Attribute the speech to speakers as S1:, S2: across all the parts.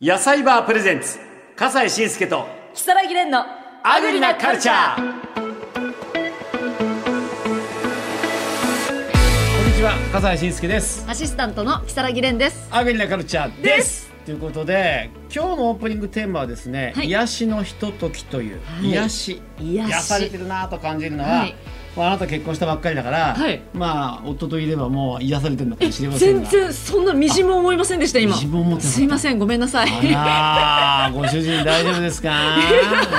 S1: 野菜バープレゼンツ笠西慎介と
S2: 木更木蓮の
S1: アグリなカルチャー
S3: こんにちは、笠西慎介です。
S2: アシスタントの木更木蓮です
S3: アグリなカルチャー
S2: で
S3: ですす。ということで、今日のオープニングテーマはですね、
S2: はい
S3: 癒しのひとときという、
S2: い
S3: 癒し。
S2: 癒し
S3: されてるなぁと感じるのは、
S2: はい
S3: まあ、あなた結婚したばっかりだから、
S2: はい
S3: まあ、夫といればもう癒されてるのかもしれません
S2: 全
S3: が。
S2: 然そんなみじも思いませんでした今
S3: みじも思ってなかった
S2: すいませんごめんなさい
S3: あらーご主人大丈夫です か、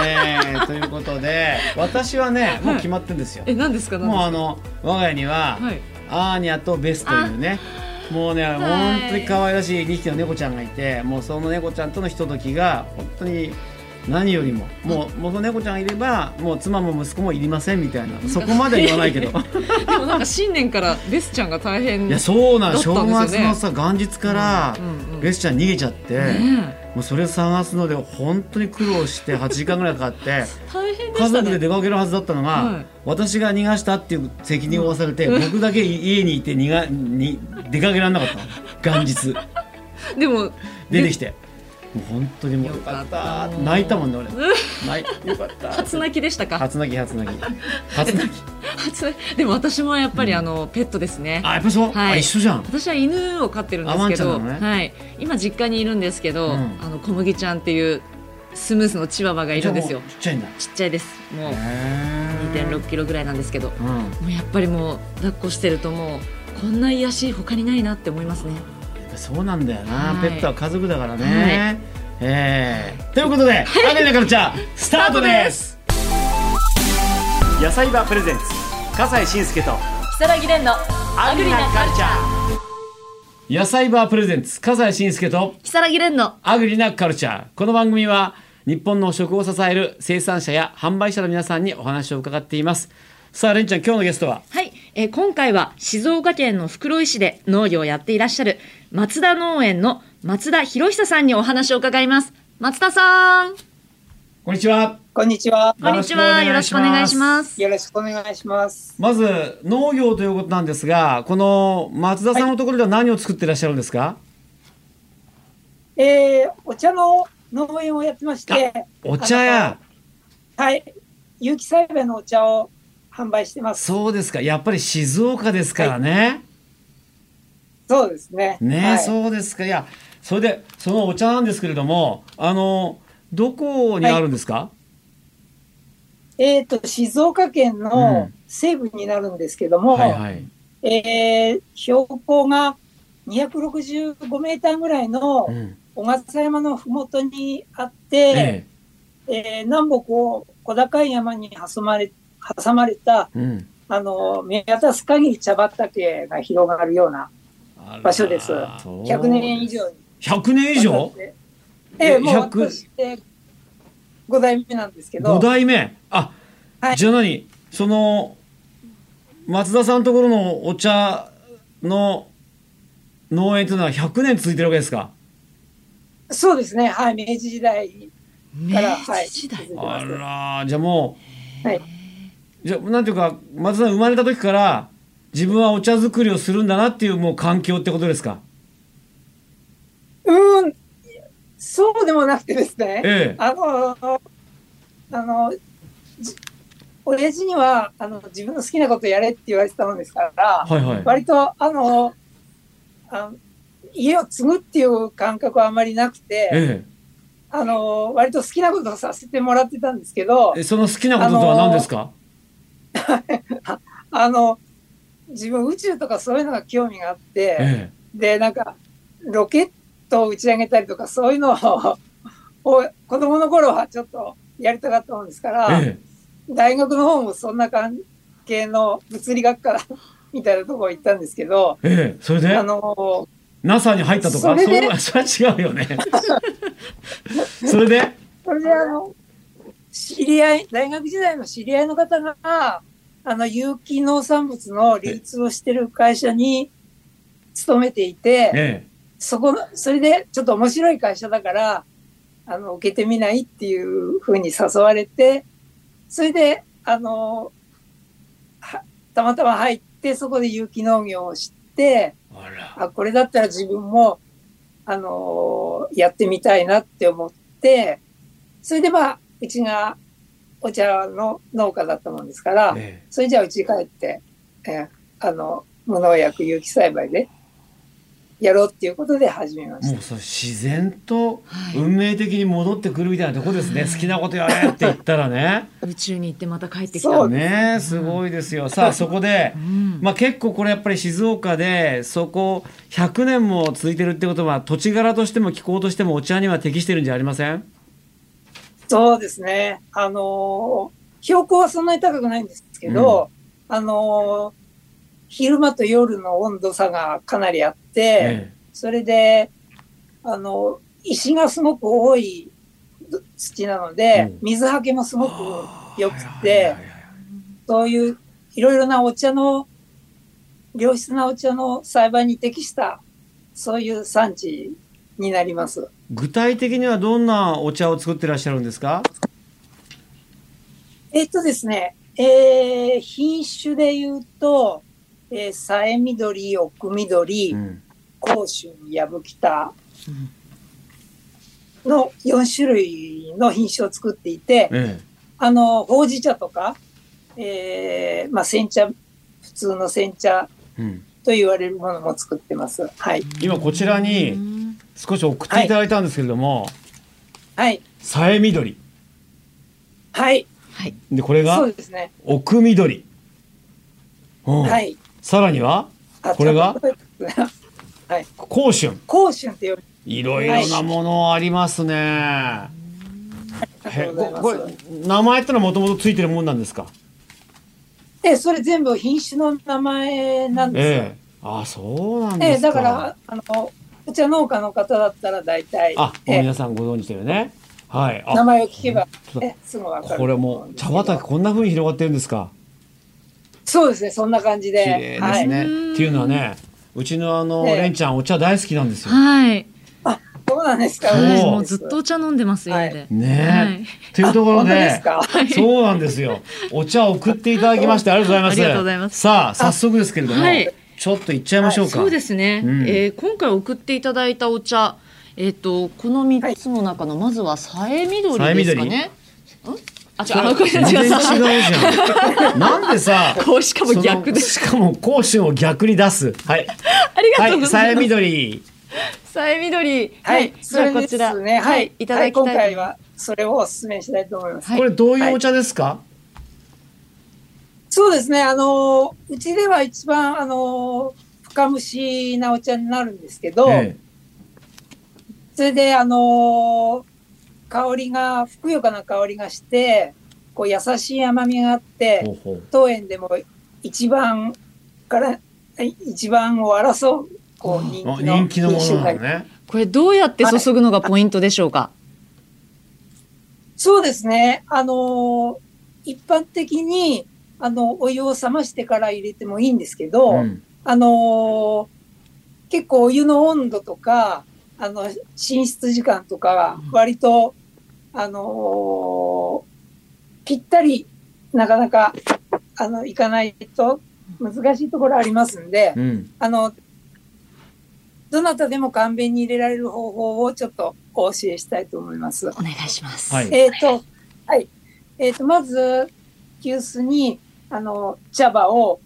S3: ねえということで私はねもう決まってるんですよ、
S2: え何ですか何
S3: もう
S2: で
S3: あの我が家には、
S2: はい
S3: アーニャとベスというねもうね、
S2: はい
S3: 本当に可愛らしい2匹の猫ちゃんがいてもうその猫ちゃんとのひとときが本当に何よりももう元猫ちゃんがいればもう妻も息子もいりませんみたいなそこまでは言わないけど
S2: すかでもなんか新年からベスちゃんが大変
S3: いやそうなん
S2: だったんですよね
S3: 正月のさ元日から
S2: うんうんうん
S3: ベスちゃん逃げちゃって、
S2: ね
S3: もうそれを探すので本当に苦労 して8時間ぐらいかかって。
S2: 大変で
S3: 家
S2: した
S3: 族で
S2: ね
S3: 出かけるはずだったのが、
S2: はい
S3: 私が逃がしたっていう責任を負わされて、僕だけ家にいて逃がに出かけられなかったの元日
S2: でも
S3: 出てきてもう本当にもう
S2: よ
S3: よ
S2: か
S3: か
S2: っ
S3: ったた泣いたもんね俺泣いよかった
S2: 初泣きでしたか
S3: 初泣き初泣き初泣き
S2: 初でも私もやっぱりあのペットですね
S3: あやっぱそう、
S2: は
S3: あ
S2: い
S3: 一緒じゃん
S2: 私は犬を飼ってるんで
S3: あ
S2: す
S3: ワン
S2: け
S3: ちゃんな
S2: ど、
S3: のね
S2: はい、今実家にいるんですけど、
S3: うん
S2: あの小麦ちゃんっていうスムースのチワワがいるんですよ
S3: じゃあもうちっちゃいんだ
S2: ちっちゃいですもう
S3: 2
S2: 2.6キロぐらいなんですけども
S3: うん
S2: うやっぱりもう抱っこしてるともうこんな癒し他にないなって思いますね
S3: やっぱそうなんだよな、
S2: はい
S3: ペットは家族だからね、
S2: はい
S3: えーということで「雨のカルチャー」スタートです
S1: 野菜バープレゼンツ笠西慎介と
S2: 如月蓮の
S1: アグリなカルチャー
S3: 野菜バープレゼンツ笠西慎介と
S2: 如月蓮の
S3: アグリなカルチャーこの番組は日本の食を支える生産者や販売者の皆さんにお話を伺っていますさあれんちゃん今日のゲストは
S2: はい、えー今回は静岡県の袋井市で農業をやっていらっしゃる松田農園の松田博久さんにお話を伺います松田さん
S3: こんにちは
S4: こんにちは。
S2: こんにちはよろしくお願いします
S4: よろしくお願いします。
S3: まず農業ということなんですがこの松田さんのところでは何を作ってらっしゃるんですか、
S4: えー、お茶の農園をやってまして、
S3: お茶や
S4: はい、有機栽培のお茶を販売してます。
S3: そうですかやっぱり静岡ですからね、
S4: そうですね。
S3: ねえ、
S4: はい、
S3: そうですかいやそれでそのお茶なんですけれどもあのどこにあるんですか、
S4: えっ、と、静岡県
S3: う
S4: の
S3: ん
S4: 西部になるんですけども、
S3: はいはい
S4: えー標高が265メーターぐらいの
S3: うん
S4: 小笠山のふもとにあって、
S3: え
S4: えー南北を小高い山に挟まれ挟まれた
S3: えうん
S4: あの見渡す限り茶畑が広がるような場所です。100年以上に
S3: 100年以
S4: わた
S3: 上
S4: って。ええ、
S3: え
S4: もう
S3: 100
S4: 私で5代目なんですけど、
S3: 5代目あ、
S4: はい
S3: じゃあ何その松田さんのところのお茶の農園というのは100年続いてるわけですか
S4: そうですね、はい、明治時代から、
S2: 明
S4: はい、
S2: 治時代
S4: 続いてま
S3: あ
S4: す
S3: らじゃあも
S4: はい、
S3: うじゃあなんていうか松田さん生まれた時から自分はお茶作りをするんだなっていうもう環境ってことですか
S4: うーん、そうでもなくてですね、
S3: ええ
S4: あの、あの、じ親父にはあの自分の好きなことやれって言われてたもんですから、
S3: はいはい
S4: 割とあのあの家を継ぐっていう感覚はあまりなくて、
S3: え
S4: あの割と好きなことをさせてもらってたんですけど
S3: ええその好きなこととは何ですか、
S4: あの自分宇宙とかそういうのが興味があって、
S3: え
S4: でなんかロケットを打ち上げたりとかそういうのを を子供の頃はちょっとやりたかったもんですから、
S3: ええ
S4: 大学の方もそんな関係の物理学科みたいなところ行ったんですけど、
S3: ええそれで
S4: あの
S3: NASA に入ったと
S4: そ
S3: か
S4: れ
S3: そ
S4: で
S3: うそれは違うよ ねそれで
S4: それであの、知り合い、大学時代の知り合いの方が、あの、有機農産物の流通をしてる会社に勤めていて、
S3: え
S4: そこの、それでちょっと面白い会社だから、あの、受けてみないっていうふうに誘われて、それで、あの、はたまたま入って、そこで有機農業をして、
S3: えあら
S4: あ、これだったら自分もあのやってみたいなって思って、それでまあ、うちがお茶の農家だったもんですから、
S3: ええ
S4: それじゃあうち帰って、えーあの、無農薬有機栽培でやろうっていうことで始めまし
S3: もうそう自然と
S2: はい
S3: 運命的に戻ってくるみたいなとこですね、好きなことやれって言ったらね
S2: 宇宙に行ってまた帰ってきた。
S4: そう
S3: ねえすごいですよさあそこで
S2: うん
S3: まあ、結構これやっぱり静岡でそこ100年も続いてるってことは土地柄としても気候としてもお茶には適してるんじゃありません
S4: た。そうですね。あのー標高はそんなに高くないんですけど、あのー昼間と夜の温度差がかなりあって、
S3: え
S4: それで、あの、石がすごく多い土なので、
S3: うん
S4: 水はけもすごく良くて、
S3: え
S4: そういういろいろなお茶の、良質なお茶の栽培に適した、そういう産地になります。
S3: 具体的にはどんなお茶を作ってらっしゃるんですか
S4: えっとですね、えー品種で言うと、えー、さえみどり、奥みどり、
S3: うん
S4: 甲州やぶきたの4種類の品種を作っていて、
S3: え
S4: あの、ほうじ茶とか、えー、まあ、煎茶、普通の煎茶
S3: えうん
S4: と言われるものも作ってます。はい。
S3: 今こちらに少し送っていただいたんですけれども、
S4: はい。
S3: さえみどり
S4: はい。
S2: はい。
S3: でこれ
S4: そう
S3: が
S4: ですね。
S3: 奥みどり、うん
S4: はい。
S3: さらには
S4: あ
S3: これ が
S4: ちょっと待って
S3: 甲春
S4: 甲春って呼び
S3: いろいろなものありますね、
S4: あり
S3: へ
S4: がとうござい
S3: こ
S4: ま
S3: れ名前ってのはもともとついてるもんなんですか
S4: す。え、それ全部品種の名前なんですよ。
S3: ええああそうなん
S4: え
S3: ですか。
S4: だから、あの、お茶農家の方だったら大体、
S3: あ、もう
S4: え
S3: 皆さんご存知だよね。はい。
S4: 名
S3: あ、
S4: 前を聞けば
S3: 当、だ
S4: えすぐわかる。
S3: これもう茶畑こんな風に広がってるんですか。
S4: そうですね、そんな感じで。
S3: 綺麗ですね。
S2: はい
S3: っていうのはね、うちのあの
S4: ええ
S3: レンちゃんお茶大好きなんですよ。
S2: はい。
S4: はい。そうなんですか。
S2: はい。
S3: そう
S2: もうずっとお茶飲んでますよ、
S4: はい
S2: 家で。
S3: ねえ。っていうところ
S4: 本当です
S3: で。
S4: か。
S3: そうなんですよ。お茶を送っていただきましてありがとうございます。
S2: ありがとうございます
S3: さあ早速ですけれども、
S2: はい
S3: ちょっと行っちゃいましょうか。
S2: そうですね、
S3: うん
S2: えー今回送っていただいたお茶、えっ、とこの三つの中のまずはさえみどりですかね。んあ、違う、あのこれ
S3: 全然
S2: 違
S3: 違
S2: う。さ
S3: うじゃ ん。なんでさ、
S2: こうしかも逆で
S3: そのしかも講師を逆に出す。はい。
S2: ありが
S3: は
S2: とうご
S3: い。
S2: ざ
S3: さ
S2: い
S3: え
S2: ます。
S3: みどり。
S2: さえみどり。
S4: はい、
S2: じゃあこちら、
S4: それですね、はい、
S2: いただきたいと思
S4: はいい
S2: ます
S4: 今回はそれをお勧めしたいと思います。
S2: はい
S3: これどういうお茶ですか？
S4: そうですね、あのーうちでは一番あのー深蒸しなお茶になるんですけど、
S3: え
S4: それであのー香りがふくよかな香りがして、こう優しい甘みがあっ
S3: えほ
S4: て、
S3: うほう
S4: 当園でも一番からはい一番を争うこう
S3: あ
S4: 人
S3: 人
S4: 気
S3: 気の
S4: の
S3: も
S4: 品
S3: の
S4: 種
S3: な
S4: が
S3: のね。
S2: これどうやって注ぐのがポイントでしょうか。
S4: そうですね。あのー一般的に、あの、お湯を冷ましてから入れてもいいんですけど、
S3: うん
S4: あのー結構お湯の温度とか、あの、寝室時間とかは、割と、あのーぴったり、なかなか、あの、いかないと難しいところありますんで、
S3: うん。
S4: あの、どなたでも簡便に入れられる方法をちょっとお教えしたいと思います。
S2: お願いします。
S3: はい
S4: えっ、と、はい。えっ、と、まず、急須に、あの、茶葉を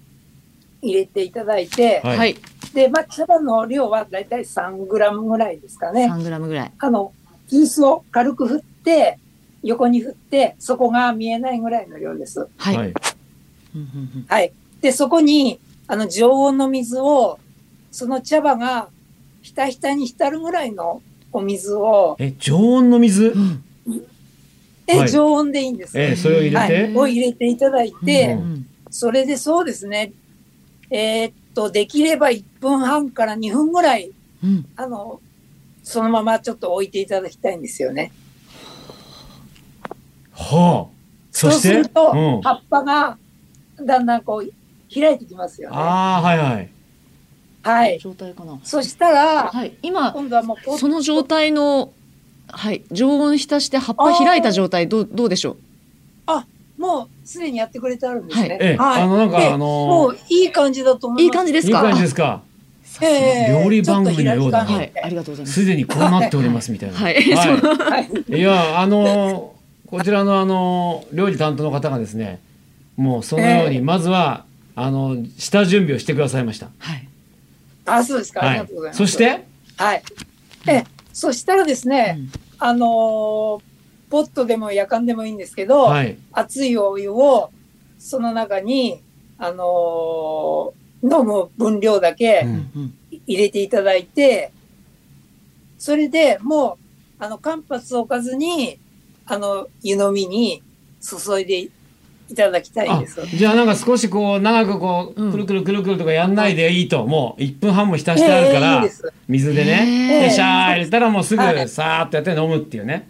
S4: 入れていただいて、
S3: はい
S2: はい。
S4: で、まあ、茶葉の量はだいたい3グラムぐらいですかね。
S2: 三グラムぐらい。
S4: あの、急須を軽く振って、横に振って、そこが見えないぐらいの量です。
S2: はい。
S3: はい。
S2: うんうん
S4: はい。で、そこに、あの、常温の水を、その茶葉が、ひたひたに浸るぐらいのお水を、
S3: え常温の水
S2: う。ん
S4: え、
S3: はい
S4: 常温でいいんです。
S3: ええそれを入れ
S4: は
S3: て
S4: い。。を入れていただいて、
S3: うん
S2: うん
S4: それでそうですね。えーっと、できれば1分半から2分ぐらい、
S2: うん
S4: あの、そのままちょっと置いていただきたいんですよね。
S3: はあ。そし
S4: うす
S3: て。
S4: ると、
S3: うん。あ
S4: 葉っぱがだんだんこう開いてきますよね。
S3: あーはいはい。
S4: はい。
S2: 状態かな。
S4: そしたら、
S2: はい。今
S4: 今度はもうポッ
S2: その状態のはい常温浸して葉っぱ開いた状態どうどうでしょう。
S4: もうすでにやってくれてあるんです
S2: はい
S4: ね。
S3: ええあのなんか
S4: で
S3: あのー
S4: もういい感じだと思い
S2: い
S4: ます。
S2: い感じですか。
S3: いい感じですか。
S2: さす
S4: え
S2: が
S4: え
S3: 料理番組のようだ
S4: ちょっと
S2: は
S4: 開
S2: い
S4: き、が
S2: ありがとうございます
S3: す。でにこうなっておりますみたいな。
S2: はい
S4: はい、
S3: いやあのーこちらのあのー料理担当の方がですねもうそのように
S4: ええ
S3: まずは、あの下準備をしてくださいました。
S2: はい。
S4: あ、そうですか。あ
S3: は
S4: りがとうございます。
S3: そして
S4: はい。え、そしたらですね、あのーポットでもやかんでもいいんですけど、
S3: はい
S4: 熱いお湯を、その中に、あのー飲む分量だけ
S3: うん
S2: うん
S4: 入れていただいて、それでもう、あの、間髪を置かずに、あの、湯飲みに注いでいただきたいん
S3: あ
S4: です。
S3: じゃあなんか少しこう長くこう、
S2: うん
S3: くるくるくるくるとかやんないでいいともう1分半も浸してあるか
S4: ええいい
S3: ら、
S4: です。
S3: 水でね、
S2: へえ
S3: でシャー入れたらもうすぐ
S4: はい
S3: さーっとやって飲むっていうね、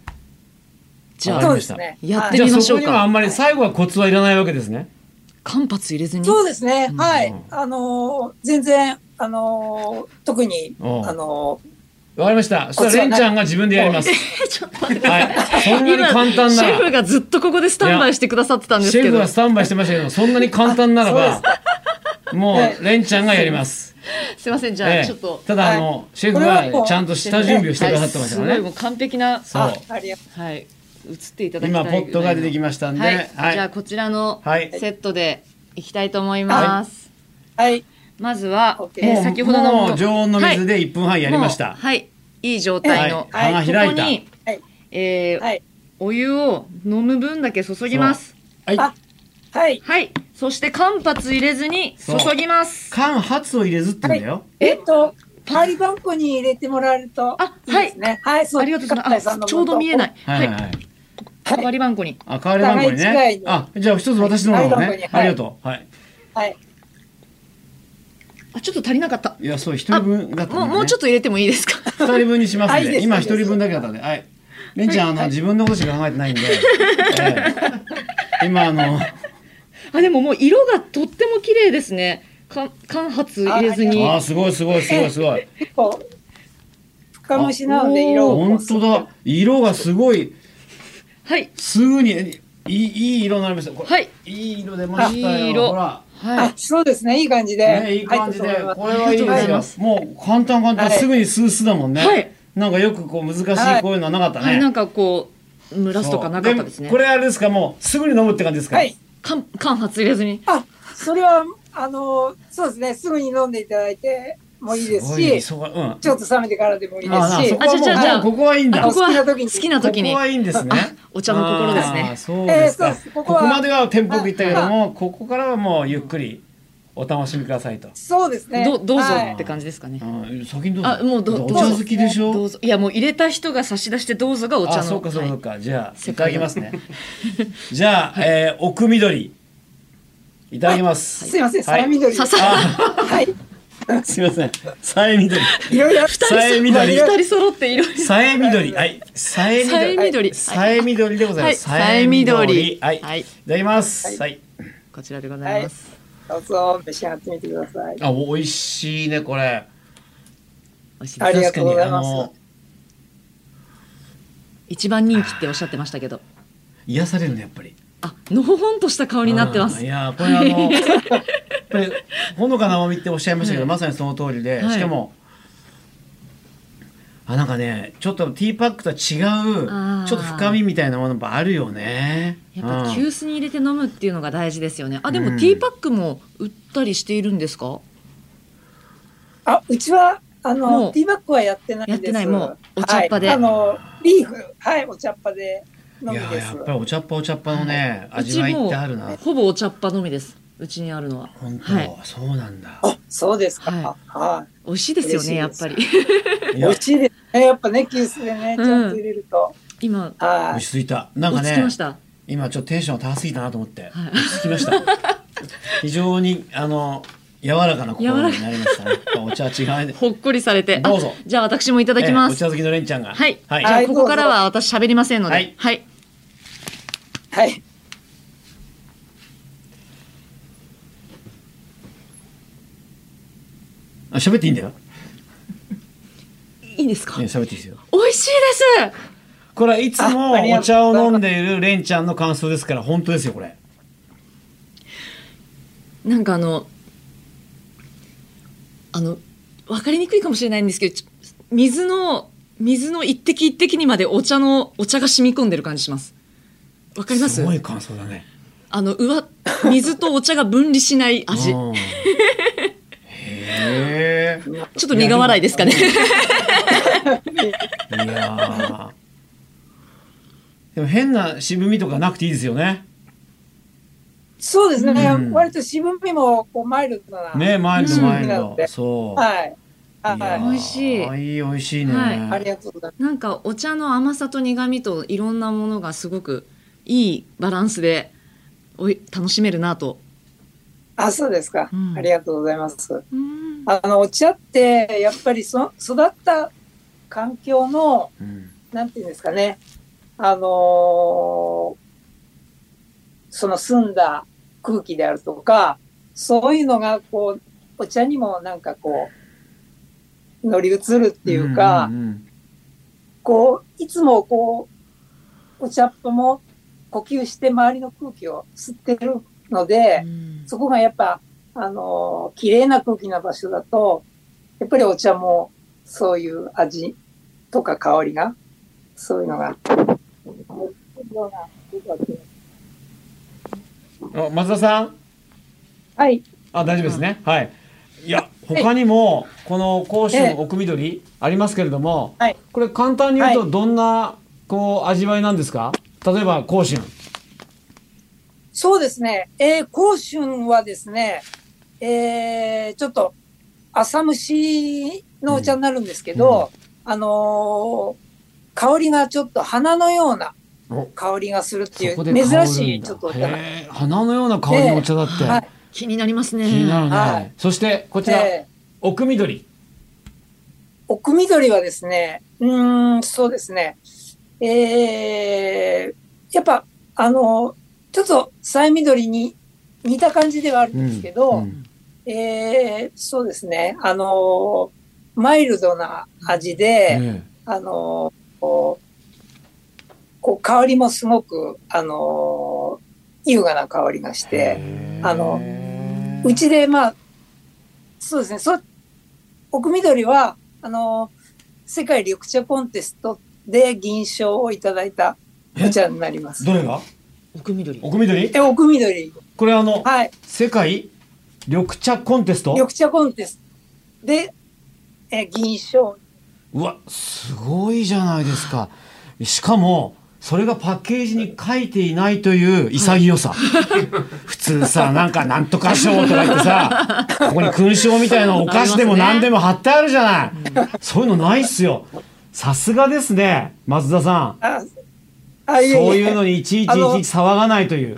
S2: じゃ
S3: わかり
S4: そ
S2: あ、
S4: う
S3: ま
S4: で
S3: した
S4: すね。
S2: やって
S4: は
S3: じゃ
S2: み
S3: あ
S2: まし
S3: そ
S2: ょう
S3: こ
S2: か
S3: にはあんまり最後はコツはいらないわけですね。
S2: 間髪入れず
S4: い
S2: に。
S4: そうですね。
S2: うん
S4: はい。あのー全然、あのー特に、あ
S3: おう
S4: のー
S3: わかりました。そしたらレンちゃんが自分でやります。
S2: えちょっと待って。
S3: はい、そんなに
S2: 今
S3: 簡単
S2: シ
S3: な
S2: ェフがずっとここでスタンバイしてくださってたんです
S3: シ
S2: け
S3: ェフ
S2: ど
S3: はスタンバイしてましたけど、そんなに簡単ならば、も、
S4: はいう
S3: レンちゃんがやります。
S2: すいませんじゃあ、
S3: え
S2: ちょっ
S3: え
S2: と
S3: ただ、あ
S4: は
S3: の、シェフ
S4: これはも
S3: は
S4: う
S3: ちゃんと下準備をしてくださってましたから
S2: はい、すごい
S3: ね。
S2: もう完璧な
S3: そう
S4: あ、ありがと
S2: はい映っていただきた
S3: 今、
S2: い
S3: ポットが出てき
S2: ま
S3: ましたんで、
S2: はい、
S3: は
S2: じゃあ
S3: い。
S2: こちらの
S3: はい
S2: セットでいきたいと思います、
S4: う。はい。
S2: まずは、
S4: OK
S2: えー先ほどの
S3: もう常温の水
S2: で
S3: で1分半やりました。
S2: はい、いい状態の、
S4: はい
S3: はい花開いた
S2: ここに、
S4: はい
S2: えー
S4: はい。
S2: お湯を飲む分だけ注ぎます
S3: はい。
S4: あはい。
S2: はいそして間髪入れずに注ぎます
S3: 間髪を入れずって言うんだよ。
S4: えっと、パリバンコに入れてもらえると、
S2: あ
S4: いいですね。はい、そう。
S2: ありがとうございますあちょうど見えないい
S3: はいはいはい。
S4: はい
S2: 割り番号に
S3: あ、代わり番号に
S4: 互
S3: ね
S4: い違い。に
S3: あ、じゃあ一つ私の方
S4: はい
S3: ね。あ
S4: はい
S3: りがとう。はい。
S4: はい。
S2: あちょっと足りなかった
S3: いや、そう、一人分だった
S2: もうもうちょ
S3: っ
S2: っと入れてもいいですか
S3: と。二人分にします
S4: あ
S3: ん
S4: いいで
S3: で。
S4: す
S3: 今
S4: いい
S3: 一
S4: です
S3: 人分だけだったんで。はい。レンちゃん、あの、自分のことしか考えてないんで。ええ今、あの、
S2: あでももう色がとっても綺麗ですねか間髪入れずに
S3: あーすごいすごいすごいすごい。
S4: 結構、深蒸しなので色をこう。
S3: 本当だ。色がすごい。
S2: はい
S3: すぐにえいいいい色になりました。これ
S2: はい。
S3: いい色出ましたよ。
S2: いい色
S3: ほら。
S2: は
S4: あ
S2: い、
S4: そうですね。いい感じで。
S3: ねいい感じで、
S4: 入ったと思います
S3: これはいい
S2: ありがとうござい
S3: で
S2: ます
S3: よ。もう簡単簡単、
S4: はい
S3: すぐにスースーだもんね。
S2: はい
S3: なんかよくこう難し
S4: はいい
S3: こういうのはなかったね。
S2: はい、なんかこう蒸らす
S3: そう
S2: とかなかったですね
S3: もこれあれですかもうすぐに飲むって感じですか。
S4: はい。
S2: 間間髪入れずに
S4: あ、それは、あの、そうですね。すぐに飲んでいただいてもいいです
S3: ごい
S4: し、
S3: そううん。
S4: ちょっと冷めてからでもいいで
S3: ああ
S4: すし
S3: そこ、はもう
S2: あじゃあじゃあ
S3: もうここはいいんだ。
S4: あ
S2: ここは
S4: 好きな
S2: 好
S4: 時に
S2: きな時に
S3: ここはいいんですね
S2: あ。お茶の心ですね
S3: あーそうですか、
S4: えーそうです
S3: こ
S4: こ
S3: こ
S4: こは
S3: までは天北行ったけども、ここからはもうゆっくりお楽しみくださいと。
S4: そうですね。
S2: どどうぞ
S4: はい
S2: って感じですかね、
S3: うん先にどうぞ。
S2: あもうど
S3: お
S2: どうぞ
S3: 茶好きでしょ。
S2: どうぞいやもう入れた人が差し出してどうぞがお茶の
S3: あそうかそうかそうか、じゃあ
S2: 世
S3: いただ
S2: 界
S3: きますね じゃあ、えー、奥緑いただきます、
S4: すいません、
S3: は
S4: さやみどり。
S2: ささ
S3: あ
S4: はい。
S3: すいませんさえみどり
S4: いろいろ。
S3: さえみどり
S2: 二人揃っていろいろ
S3: さえみどりはいさえみ
S2: さえ
S3: どり
S2: みどり
S3: さえみどりでございます
S2: はいさえみどり
S3: はい、、
S2: はいい
S3: ただきますは、
S4: はい
S2: こちらでございます、
S4: どうぞ、召し上がってみてください。
S3: あおいしいねこれ
S2: 美味しいで
S4: あ
S2: す
S4: りがとうございま
S3: 確
S4: す
S3: かにあの
S2: 一番人気っておっしゃってましたけど
S3: 癒されるねやっぱり
S2: あのほほんとした香りになってま
S3: うん
S2: す
S3: いやーこれあ のやっぱりほのかな甘みっておっしゃいましたけど、まさにその通りで、
S2: はい
S3: しかもあなんかねちょっとティーパックとは違
S2: あ
S3: う
S2: ー
S3: ちょっと深みみたいなものもあるよね。
S2: やっぱ
S3: う
S2: 急
S3: ん
S2: 須に入れて飲むっていうのが大事ですよね。あ、で
S3: うん
S2: もティーパックも売ったりしているんですか。
S4: あ、うちは、あ
S2: も
S4: の、
S2: う
S4: ティーバッグはやってないで
S2: や
S4: す。
S2: ってないもうお茶っ葉で
S4: はいあの、リーフ、はい、お茶っ葉で飲
S3: い
S4: み
S3: やー
S4: で
S3: や
S4: す
S3: っ。ぱりお茶っ葉お茶っ葉のね、
S2: う
S3: 味
S2: ち
S3: わい
S2: も
S3: ってあるな。
S2: ほぼお茶っ葉のみです。うちにあるのは。
S3: 本当、
S2: はい。
S3: そうなんだ。
S4: あ、そうですか。
S2: は
S4: は
S2: 美味しいですよね、や
S4: 嬉
S2: っ
S4: し
S2: ぱ
S4: い
S2: り。
S4: い。
S3: い
S4: 美
S3: や
S4: 味しいですね。やっぱね、急須でね、ち
S2: うん
S4: ゃんと入れると。
S2: 今。
S4: は
S3: 落
S4: い。
S3: ち着いた。なんか
S2: 落ち着き
S3: ね
S2: ました。
S3: 今ちょっとテンション高すぎたなと思って、落ち着きました。 非常にあの柔らかな心になりま したね。やっぱお茶は違うね。
S2: ほっこりされて。あ
S3: どうぞ
S2: じゃあ、私もいただき
S3: え
S2: ま
S3: えお
S2: す。
S3: 茶好きのれんちゃんが。
S2: はい。じ
S3: はい。
S2: ゃ
S4: は
S2: あ、
S4: い
S2: ここからは私喋りませんの
S3: はい
S2: で。はい。
S4: はい。
S3: あ喋っていいんだよ。
S2: いいです
S3: ね
S2: か。美味
S3: 喋っていいですよ。
S2: しいです。
S3: これはいつも
S4: あありが
S3: お
S4: とうござい
S3: 茶
S4: ます
S3: を飲んでいるれんちゃんの感想ですから、本当ですよ、これ。
S2: なんかあの。あの。分かりにくいかもしれないんですけどちょ水の水の一滴一滴にまでお茶のお茶が染み込んでる感じしますわかります
S3: すごい感想だね。
S2: あのうわ水とお茶が分離しない味ちょ
S3: うんへえ。
S2: っと苦笑いですかね
S3: いやーでも変な渋みとかなくていいですよね。
S4: そうですね、
S3: うん
S4: 割と渋みもこうマイルドな、
S3: ねマイルド
S2: うん
S3: マイルド。そう。
S4: はいはい
S3: やー
S2: 美味しい
S3: あいい美味しいね。
S2: はい
S4: ありがとうございま
S2: なんかお茶の甘さと苦味といろんなものがすごくいいバランスでおい楽しめるなと。
S4: すあそうですか、
S2: うん
S4: ありがとうございます
S2: うん
S4: あのお茶ってやっぱりそ育った環境の
S3: うん
S4: なんていうんですかねあのーその澄んだ空気であるとかそういうのがこうお茶にもなんかこう乗り移るっていうか、
S3: んんん
S4: こう、いつもこう、お茶っ葉も呼吸して周りの空気を吸ってるので、そこがやっぱ、あのー綺麗な空気な場所だと、やっぱりお茶もそういう味とか香りが、そういうのが。
S3: あ松田さん。
S4: はい。
S3: あ大丈夫ですね。はい。いや他にもこの甲州
S4: ええ
S3: 奥緑ありますけれども、
S4: はい
S3: これ簡単に言うとどんなこう味わいなんですか。例えば甲州。
S4: そうですね。えー、甲春はですね、えー、ちょっと、浅虫のお茶になるんですけど、あのー香りがちょっと花のような
S3: お
S4: 香りがするってい、
S3: そうこで香るんだ
S4: 珍しいちょっとお茶が。
S3: へー花のような香りのお茶だって、
S4: ええはい
S2: 気になりますね。
S3: 気になるね、
S4: はい
S3: そしてこちら、
S4: えー、
S3: 奥緑
S4: 奥緑はですね、うーん、そうですね、えー、やっぱ、あのーちょっと、さえ緑に似た感じではあるんですけど、
S3: うん
S4: えー、そうですね。あのーマイルドな味で、
S3: え
S4: あのーこうこう香りもすごく、あのー優雅な香りがし
S3: え
S4: て、
S3: へー
S4: あのうちで、まあ、そうですね、そ奥緑は、あのー世界緑茶コンテストで銀賞をいただいたお茶になります。
S3: どれが
S2: 奥緑。
S3: 奥緑
S4: え、奥緑。
S3: これあの、
S4: はい。
S3: 世界緑茶コンテスト
S4: 緑茶コンテストで、えー銀賞。
S3: うわすごいじゃないですかしかもそれがパッケージに書いていないという潔さ、普通さなんかなんとか賞とか言ってさここに勲章みたいなお菓子でも
S2: ありますね
S3: 何でも貼ってあるじゃない、そういうのないっすよさすがですね松田さん
S4: あ、あいえいえ
S3: そういうのにいちいちいち
S4: あの
S3: いち騒がないという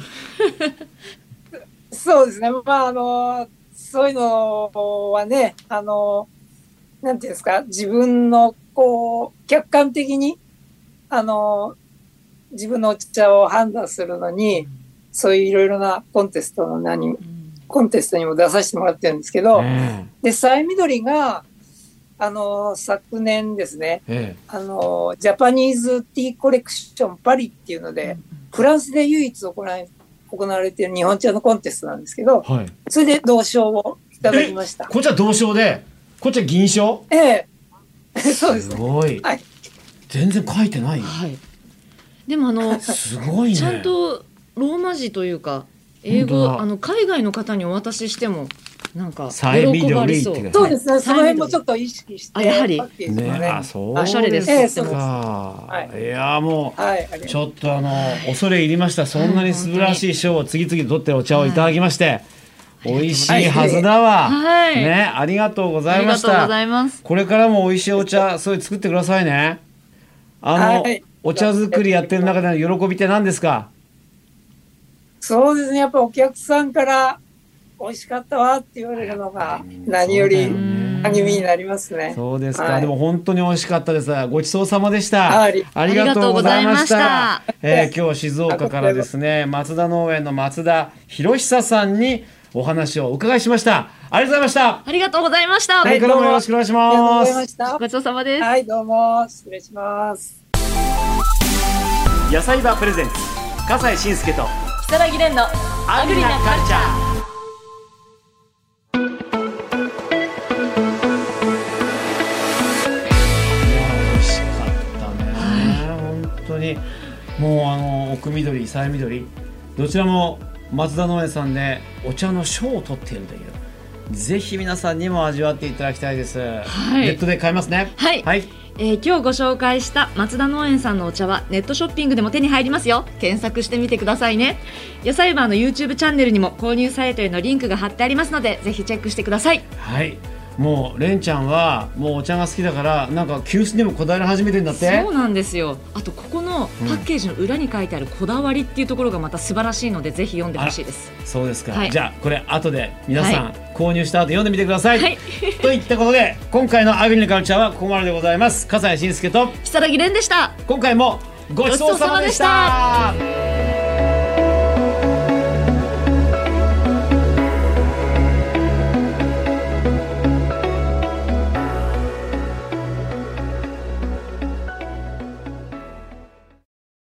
S4: そうですね。まあ、あの、そういうのはね、あの、なんていうんですか、自分の、こう、客観的に、あの、自分のお茶を判断するのに、そういういろいろなコンテストの何、コンテストにも出させてもらってるんですけど、
S3: え
S4: で、さえみどりが、あの、昨年ですね、
S3: ええ
S4: あの、ジャパニーズティーコレクションパリっていうので、フランスで唯一行い行われている日本茶のコンテストなんですけど、
S3: えはい
S4: それで同賞をいただきました。
S3: こっちは銅賞でこっちは銀賞
S4: ええ。 そうです
S3: す
S4: ね。
S3: ごい
S4: はい。
S3: 全然書いてないよ
S2: はい。でもあの
S3: すごいね
S2: ちゃんとローマ字というか英
S3: 本
S2: 語
S3: 当だ
S2: あの海外の方にお渡ししてもなんか
S3: さえ
S2: 喜ばれそう。
S3: 緑って
S4: そうですね。その辺も
S2: はい
S4: ちょっと意識して。
S2: あやはり
S4: パッケージも
S3: ね
S4: ね
S3: あそう
S2: おしゃれです
S4: ええ
S3: か
S4: そうです
S3: い、やも
S4: はい。あり
S3: う
S4: が
S3: ち
S4: とう
S3: ょっとあの恐れ入りましたそんなに素晴らしい賞を次々と取ってお茶をいただきまして、美味しいはずだわ、
S2: はい
S3: ねありがとうござ
S2: あ
S3: い
S2: り
S3: ま
S2: が
S3: し
S2: とうご
S3: た
S2: ざいます。
S3: これからも美味しいお茶そういう作ってくださいねあの、
S4: はい
S3: お茶作りやってる中での喜びって何ですか
S4: そうですね。やっぱお客さんから、美味しかったわって言われるのが、何より励みになりますね。
S3: そうですか、
S4: はい
S3: でも本当に美味しかったですごちそうさまでした、
S4: はい
S3: ありがとうございました
S2: あ
S3: えー今日静岡からですね松田農園の松田博久さんにお話をお伺いしましたありがとうございました
S2: ありがとうございました。
S3: これからもよろしくお願いし
S4: ありがとう
S3: ま
S4: ござい
S3: す
S4: ました。
S2: ごちそうさまです。
S4: はい、どうも。失礼します。
S1: 野菜場プレゼンツ笠西慎介と
S2: 木更木蓮の
S1: アグリなカルチャー
S3: 当にもうあの奥緑さえ緑どちらも松田農園さんでお茶の賞を取っているというぜひ皆さんにも味わっていただきたいです、
S2: い
S3: ネットで買えますね
S2: はい
S3: はい、
S2: えー今日ご紹介した松田農園さんのお茶はネットショッピングでも手に入りますよ検索してみてくださいね野菜バーの YouTube チャンネルにも購入サイトへのリンクが貼ってありますのでぜひチェックしてください
S3: はい、もうレンちゃんはもうお茶が好きだからなんか急須にもこだわり始めてんだって
S2: そうなんですよあとここのパッケージの裏に書いてあるこだわりっていうところがまた素晴らしいのでぜひ読んでほしいです
S3: そうですか、
S2: はい
S3: じゃあこれ後で皆さん、購入した後読んでみてください、
S2: はい
S3: といったことで今回の「アグリのカルチャー」はここまででございます笠井信介と
S2: 如月蓮でした
S3: 今回もごちそうさまでした